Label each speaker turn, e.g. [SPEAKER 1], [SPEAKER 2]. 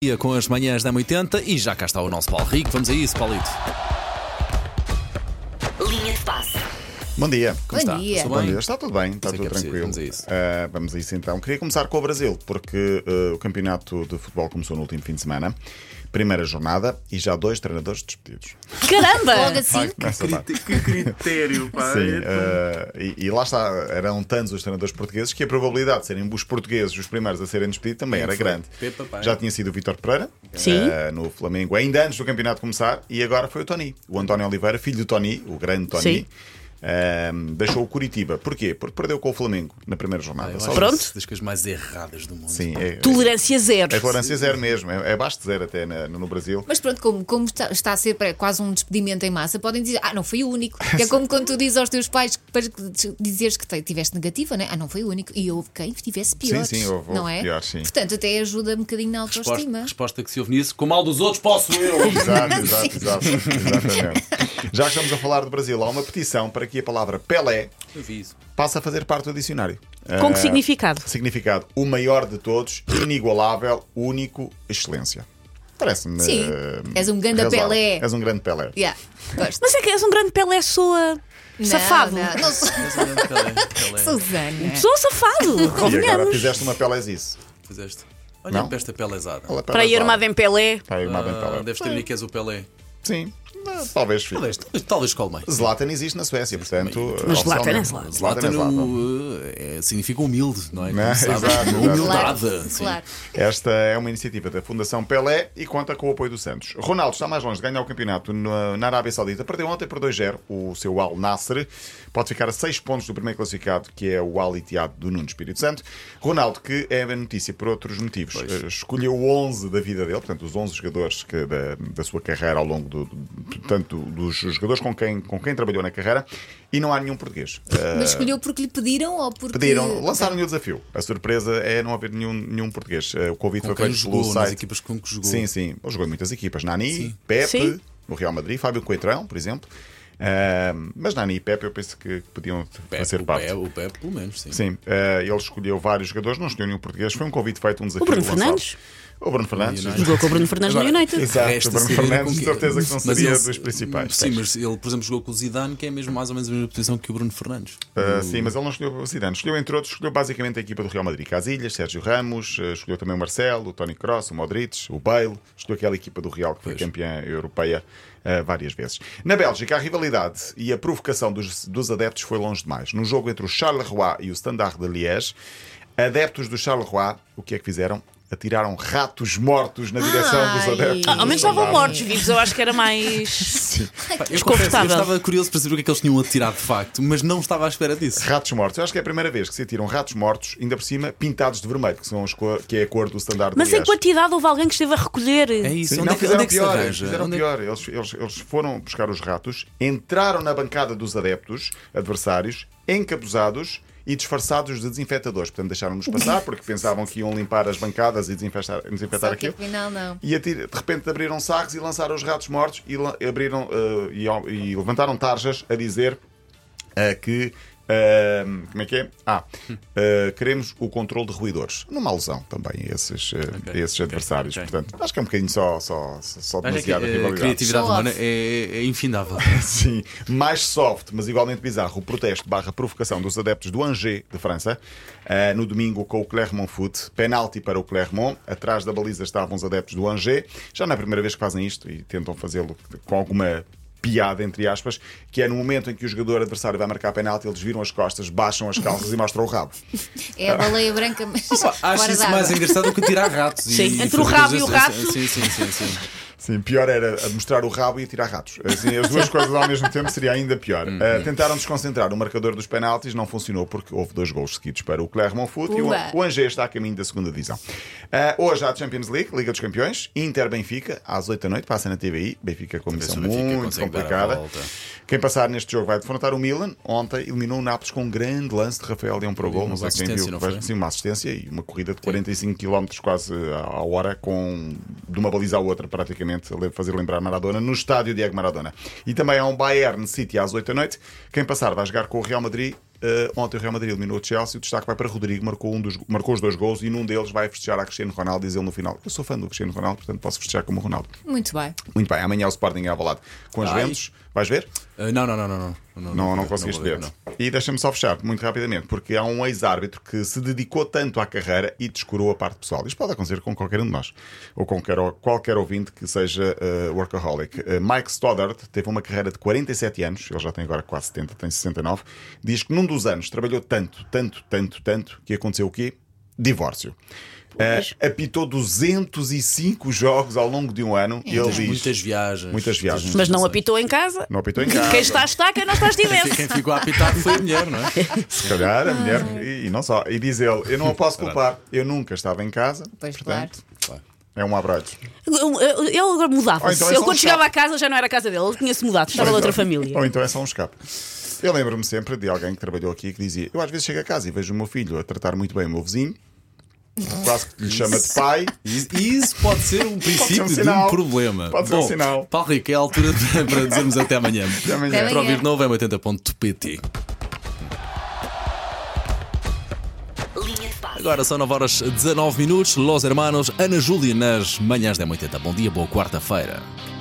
[SPEAKER 1] Dia com as manhãs da 80 e já cá está o nosso Paulo Rico. Vamos a isso, Paulito.
[SPEAKER 2] Linha de passe.
[SPEAKER 3] Bom dia.
[SPEAKER 1] Como
[SPEAKER 4] Bom
[SPEAKER 1] está?
[SPEAKER 4] dia.
[SPEAKER 1] Passou
[SPEAKER 3] Bom
[SPEAKER 1] bem?
[SPEAKER 3] dia. Está tudo bem,
[SPEAKER 1] Isso
[SPEAKER 3] está
[SPEAKER 1] é que
[SPEAKER 3] tudo
[SPEAKER 1] é preciso,
[SPEAKER 3] tranquilo.
[SPEAKER 1] vamos a isso.
[SPEAKER 3] Ah, vamos a isso então. Queria começar com o Brasil, porque ah, o campeonato de futebol começou no último fim de semana. Primeira jornada e já dois treinadores despedidos.
[SPEAKER 4] Logo
[SPEAKER 3] É,
[SPEAKER 2] Caramba!
[SPEAKER 4] assim,
[SPEAKER 3] Nessa data.
[SPEAKER 5] Que critério, pá.
[SPEAKER 3] Sim, ah, e, e lá está, eram tantos os treinadores portugueses que a probabilidade de serem os portugueses os primeiros a serem despedidos também era
[SPEAKER 1] foi?
[SPEAKER 3] grande.
[SPEAKER 1] Pepa, pá.
[SPEAKER 3] Já tinha sido o Vítor Pereira
[SPEAKER 2] Sim.
[SPEAKER 3] ah, no Flamengo, ainda antes do campeonato começar, e agora foi o Tony, o António Oliveira, filho do Tony, o grande
[SPEAKER 2] Sim.
[SPEAKER 3] Tony. ah, deixou o Curitiba. Porquê? Porque perdeu com o Flamengo na primeira jornada.
[SPEAKER 1] Eu
[SPEAKER 3] Só
[SPEAKER 1] acho
[SPEAKER 3] isso.
[SPEAKER 2] Pronto.
[SPEAKER 1] isso é Das coisas mais erradas do mundo.
[SPEAKER 3] Sim, é,
[SPEAKER 2] Tolerância zero.
[SPEAKER 3] é, é tolerância zero mesmo, é, é abaixo de zero até na- no, no Brasil.
[SPEAKER 4] mas pronto, como, como está, está a ser pré- quase um despedimento em massa, podem dizer, ah, não foi o único. Que é como quando tu dizes aos teus pais que- para que te- dizeres que te- tiveste negativa, né? ah, não foi o único. E houve quem tivesse pior.
[SPEAKER 3] sim, houve-
[SPEAKER 4] não
[SPEAKER 3] houve
[SPEAKER 4] é?
[SPEAKER 3] piores, sim.
[SPEAKER 4] Portanto, até ajuda um bocadinho na
[SPEAKER 1] Resposta,
[SPEAKER 4] autoestima.
[SPEAKER 1] resposta que se ouve nisso: com o mal dos outros posso eu.
[SPEAKER 3] Exato, exato, exato, exatamente. Já que estamos a falar do Brasil, há uma petição para que a palavra Pelé
[SPEAKER 1] Eu vi isso.
[SPEAKER 3] passe a fazer parte do dicionário.
[SPEAKER 2] Com
[SPEAKER 3] Ah,
[SPEAKER 2] que significado?
[SPEAKER 3] Significado: o maior de todos, inigualável, único, excelência. Parece-me.
[SPEAKER 4] Sim,
[SPEAKER 3] ah,
[SPEAKER 4] és um grande
[SPEAKER 3] razoável.
[SPEAKER 4] Pelé.
[SPEAKER 3] És um grande Pelé.
[SPEAKER 4] Yeah, gosto.
[SPEAKER 2] Mas é que és um grande Pelé, soa safado.
[SPEAKER 4] Não, não, não sou
[SPEAKER 1] Mas eu lembro que ela é- que ela é-
[SPEAKER 4] Susana.
[SPEAKER 2] Soa safado,
[SPEAKER 3] E agora
[SPEAKER 2] convenhamos.
[SPEAKER 3] fizeste uma Pelé isso.
[SPEAKER 1] Fizeste. Olha
[SPEAKER 3] Não.
[SPEAKER 1] para esta pelezada.
[SPEAKER 2] Para ir armado em Pelé.
[SPEAKER 3] Para ir armado
[SPEAKER 1] Ah,
[SPEAKER 3] em Pelé.
[SPEAKER 1] deves ter ali que és o Pelé.
[SPEAKER 3] Sim, ah, talvez. fique.
[SPEAKER 1] Talvez, talvez, talvez qual mais.
[SPEAKER 3] Zlatan existe na Suécia, portanto.
[SPEAKER 2] Mas
[SPEAKER 3] oficialmente,
[SPEAKER 2] Zlatan é Zlatan.
[SPEAKER 1] Zlatan
[SPEAKER 3] é Zlatan.
[SPEAKER 1] uh, é, significa humilde, não é? Como
[SPEAKER 3] Não,
[SPEAKER 1] se sabe,
[SPEAKER 3] exato,
[SPEAKER 1] uma
[SPEAKER 3] exato.
[SPEAKER 1] humildade.
[SPEAKER 4] Claro,
[SPEAKER 1] sim.
[SPEAKER 4] claro.
[SPEAKER 3] Esta é uma iniciativa da Fundação Pelé e conta com o apoio do Santos. Ronaldo está mais longe de ganhar o campeonato na, na Arábia Saudita. Perdeu ontem por 2-0 o seu Al Nasser. Pode ficar a 6 pontos do primeiro classificado, que é o Al Ittihad do Nuno Espírito Santo. Ronaldo, que é a notícia por outros motivos, eh, escolheu 11 da vida dele, portanto, os 11 jogadores que, da, da sua carreira ao longo do, do- portanto, dos jogadores com quem, com quem trabalhou na carreira, e não há nenhum português. Eh,
[SPEAKER 4] Mas escolheu porque lhe pediram ou porque.
[SPEAKER 2] Eh,
[SPEAKER 3] Pediram,
[SPEAKER 2] tá.
[SPEAKER 3] lançaram-lhe o desafio. A surpresa é não haver nenhum, nenhum português. Eh, O convite
[SPEAKER 1] Com
[SPEAKER 3] foi
[SPEAKER 1] quem
[SPEAKER 3] feito
[SPEAKER 1] jogou,
[SPEAKER 3] pelo
[SPEAKER 1] nas
[SPEAKER 3] site.
[SPEAKER 1] equipas com que jogou.
[SPEAKER 3] Sim, sim. Ele jogou em muitas equipas. Nani, Pepe,
[SPEAKER 2] Sim.
[SPEAKER 3] no Real Madrid, Fábio Coentrão, por exemplo. Ah, mas Nani e Pepe eu penso que podiam
[SPEAKER 1] Pepe,
[SPEAKER 3] fazer
[SPEAKER 1] o
[SPEAKER 3] parte.
[SPEAKER 1] Pepe, o Pepe, pelo menos, sim.
[SPEAKER 3] Sim, ah, ele escolheu vários jogadores, não escolheu nenhum português. Foi um convite feito, um desafio.
[SPEAKER 2] Bruno
[SPEAKER 3] lançado.
[SPEAKER 2] Fernandes?
[SPEAKER 3] O Bruno Fernandes.
[SPEAKER 1] United.
[SPEAKER 2] Jogou com o Bruno Fernandes no
[SPEAKER 1] Agora,
[SPEAKER 2] United.
[SPEAKER 3] Exato,
[SPEAKER 1] Resta
[SPEAKER 3] o Bruno
[SPEAKER 1] saber
[SPEAKER 3] Fernandes,
[SPEAKER 1] com que-
[SPEAKER 3] de certeza que não
[SPEAKER 1] Mas
[SPEAKER 3] seria
[SPEAKER 1] ele-
[SPEAKER 3] dos principais.
[SPEAKER 1] Sim, mas ele, por exemplo, jogou com o Zidane, que é mesmo mais ou menos a mesma posição que o Bruno Fernandes.
[SPEAKER 2] É
[SPEAKER 3] Ah, sim, mas ele não escolheu o Zidane. Escolheu, entre outros, escolheu basicamente a equipa do Real Madrid. Casilhas, Sérgio Ramos, eh, escolheu também o Marcelo, o Tony Cross, o Modric, o Bale. Escolheu aquela equipa do Real que foi campeã europeia ah, várias vezes. Na Bélgica, a rivalidade e a provocação dos, dos adeptos foi longe demais. No jogo entre o Charleroi e o Standard de Liège, adeptos do Charleroi, o que é que fizeram? Atiraram ratos mortos na direção
[SPEAKER 4] Ai.
[SPEAKER 3] dos adeptos.
[SPEAKER 4] Ah,
[SPEAKER 2] Ao
[SPEAKER 3] do
[SPEAKER 2] menos estavam
[SPEAKER 3] Standard.
[SPEAKER 2] mortos vivos, eu acho que era mais.
[SPEAKER 1] Pá, eu, confesso, eu
[SPEAKER 2] Desconfortável.
[SPEAKER 1] estava curioso para saber o que é que eles tinham atirado de facto, mas não estava à espera disso.
[SPEAKER 3] Ratos mortos. Eu acho que é a primeira vez que se atiram ratos mortos, ainda por cima, pintados de vermelho, que, são as co- que é a cor do standard
[SPEAKER 2] Mas
[SPEAKER 3] do
[SPEAKER 2] em
[SPEAKER 3] IES.
[SPEAKER 2] quantidade houve alguém que esteve a recolher.
[SPEAKER 1] É isso,
[SPEAKER 3] Sim,
[SPEAKER 1] onde,
[SPEAKER 3] não,
[SPEAKER 1] é que,
[SPEAKER 3] fizeram
[SPEAKER 1] onde é que se
[SPEAKER 3] pior,
[SPEAKER 1] arranja?
[SPEAKER 3] fizeram
[SPEAKER 1] Onde é-
[SPEAKER 3] pior. Eles, eles- eles foram buscar os ratos, entraram na bancada dos adeptos, adversários, encapuzados e disfarçados de desinfetadores. Portanto, deixaram-nos passar porque pensavam que iam limpar as bancadas e desinfetar, desinfetar
[SPEAKER 4] Só que
[SPEAKER 3] aquilo.
[SPEAKER 4] afinal não.
[SPEAKER 3] E atira- de repente abriram sacos e lançaram os ratos mortos e, lan- abriram, eh, e ao- e levantaram tarjas a dizer eh, que. eh, como é que é? Ah, eh, queremos o controle de ruidores. Numa alusão também a esses, eh,
[SPEAKER 1] Ok,
[SPEAKER 3] a esses
[SPEAKER 1] ok,
[SPEAKER 3] adversários.
[SPEAKER 1] ok.
[SPEAKER 3] Portanto, acho que é um bocadinho só, só, só
[SPEAKER 1] Acho é que
[SPEAKER 3] demasiada
[SPEAKER 1] a
[SPEAKER 3] rivalidade.
[SPEAKER 1] criatividade
[SPEAKER 4] Show off.
[SPEAKER 1] humana é, é infindável.
[SPEAKER 3] Sim, mais soft, mas igualmente bizarro, o protesto barra provocação dos adeptos do Angers de França eh, no domingo com o Clermont Foot. Penalti para o Clermont. Atrás da baliza estavam os adeptos do Angers. Já não é a primeira vez que fazem isto e tentam fazê-lo com alguma piada, entre aspas, que é no momento em que o jogador adversário vai marcar penalti, eles viram as costas, baixam as calças e mostram o rabo.
[SPEAKER 4] É a baleia branca, mas.
[SPEAKER 1] Acho
[SPEAKER 4] fora
[SPEAKER 1] isso é
[SPEAKER 4] d'água.
[SPEAKER 1] mais engraçado do que tirar ratos. e-
[SPEAKER 2] Sim,
[SPEAKER 1] e
[SPEAKER 2] entre o
[SPEAKER 1] fazer
[SPEAKER 2] rabo e o
[SPEAKER 1] coisas- assim?
[SPEAKER 2] rato.
[SPEAKER 1] Sim, sim, sim. sim.
[SPEAKER 3] Sim, pior era a mostrar o rabo e a tirar ratos. Assim, as duas coisas ao mesmo tempo seria ainda pior.
[SPEAKER 1] Uhum.
[SPEAKER 3] Ah, tentaram desconcentrar o marcador dos penaltis, não funcionou porque houve dois gols seguidos para o Clermont Foot e o,
[SPEAKER 4] Uba.
[SPEAKER 3] o Angers está a caminho da segunda divisão. Ah, hoje há a Champions League, Liga dos Campeões, Inter-Benfica, às 8 da noite, passa na TVI. Benfica com uma missão
[SPEAKER 1] se o Benfica
[SPEAKER 3] muito
[SPEAKER 1] consegue dar a
[SPEAKER 3] complicada.
[SPEAKER 1] volta.
[SPEAKER 3] Quem passar neste jogo vai defrontar o Milan. Ontem eliminou o Nápoles com um grande lance de Rafael Leão para o gol.
[SPEAKER 1] uma
[SPEAKER 3] Não sei quem
[SPEAKER 1] assistência,
[SPEAKER 3] viu.
[SPEAKER 1] não
[SPEAKER 3] Vai-
[SPEAKER 1] foi?
[SPEAKER 3] Sim, uma assistência e uma corrida de 45 km quase à hora, com de uma baliza à outra, praticamente, a le- fazer lembrar Maradona, no estádio Diego Maradona. E também há um Bayern City às 8 da noite. Quem passar vai jogar com o Real Madrid Eh, ontem o Real Madrid eliminou o Chelsea, o destaque vai para Rodrigo, marcou, um dos, marcou os dois gols e num deles vai festejar a Cristiano Ronaldo, diz ele no final. Eu sou fã do Cristiano Ronaldo, portanto posso festejar como Ronaldo.
[SPEAKER 4] Muito bem.
[SPEAKER 3] Muito bem, amanhã o Sporting é avalado com as
[SPEAKER 1] Ai.
[SPEAKER 3] Ventos. Vais ver?
[SPEAKER 1] Ah, não, não, não, não, não. Não,
[SPEAKER 3] Não, não
[SPEAKER 1] vou-
[SPEAKER 3] conseguiste
[SPEAKER 1] vou
[SPEAKER 3] ver. E deixa-me só fechar muito rapidamente, porque há um ex-árbitro que se dedicou tanto à carreira e descurou a parte pessoal. Isto pode acontecer com qualquer um de nós, ou com qualquer, qualquer ouvinte que seja eh, workaholic. Eh, Mike Stoddard teve uma carreira de 47 anos, ele já tem agora quase 70, tem 69. Diz que num dos anos trabalhou tanto, tanto, tanto, tanto, que aconteceu o quê? Divórcio. Eh, apitou 205 jogos ao longo de um ano e ele diz.
[SPEAKER 1] Muitas viagens.
[SPEAKER 3] Muitas viagens.
[SPEAKER 2] Mas não apitou em casa.
[SPEAKER 3] Não apitou em casa.
[SPEAKER 2] Quem está, está. Quem não está,
[SPEAKER 1] Quem-
[SPEAKER 2] estivesse.
[SPEAKER 1] Quem ficou a apitar foi a mulher, não é?
[SPEAKER 3] Se calhar a mulher, e, e não só. E diz ele: Eu não a posso culpar, eu nunca estava em casa.
[SPEAKER 4] Pois,
[SPEAKER 3] portanto, É um abraço.
[SPEAKER 2] Eu- eu- Ele agora
[SPEAKER 3] Ou
[SPEAKER 2] mudava-se.
[SPEAKER 3] então é só
[SPEAKER 2] eu,
[SPEAKER 3] um
[SPEAKER 2] quando chegava
[SPEAKER 3] chato.
[SPEAKER 2] à casa, já não era a casa dele. Ele tinha-se mudado. Estava de outra família.
[SPEAKER 3] Ou então é só um escape. Eu lembro-me sempre de alguém que trabalhou aqui que dizia: Eu às vezes chego a casa e vejo o meu filho a tratar muito bem o meu vizinho, quase que lhe chama de pai.
[SPEAKER 1] E isso pode ser um princípio de
[SPEAKER 3] sinal.
[SPEAKER 1] um problema.
[SPEAKER 3] Pode ser um
[SPEAKER 1] Bom,
[SPEAKER 3] sinal.
[SPEAKER 1] Paulo Rico, é a altura de- para dizermos até amanhã.
[SPEAKER 3] amanhã.
[SPEAKER 4] Até
[SPEAKER 1] Para
[SPEAKER 4] amanhã.
[SPEAKER 1] ouvir de novo é 80.pt.
[SPEAKER 6] Linha de passe.
[SPEAKER 1] Agora são 9 horas 19 minutos. Los Hermanos, Ana Júlia nas manhãs da 80. Bom dia, boa quarta-feira.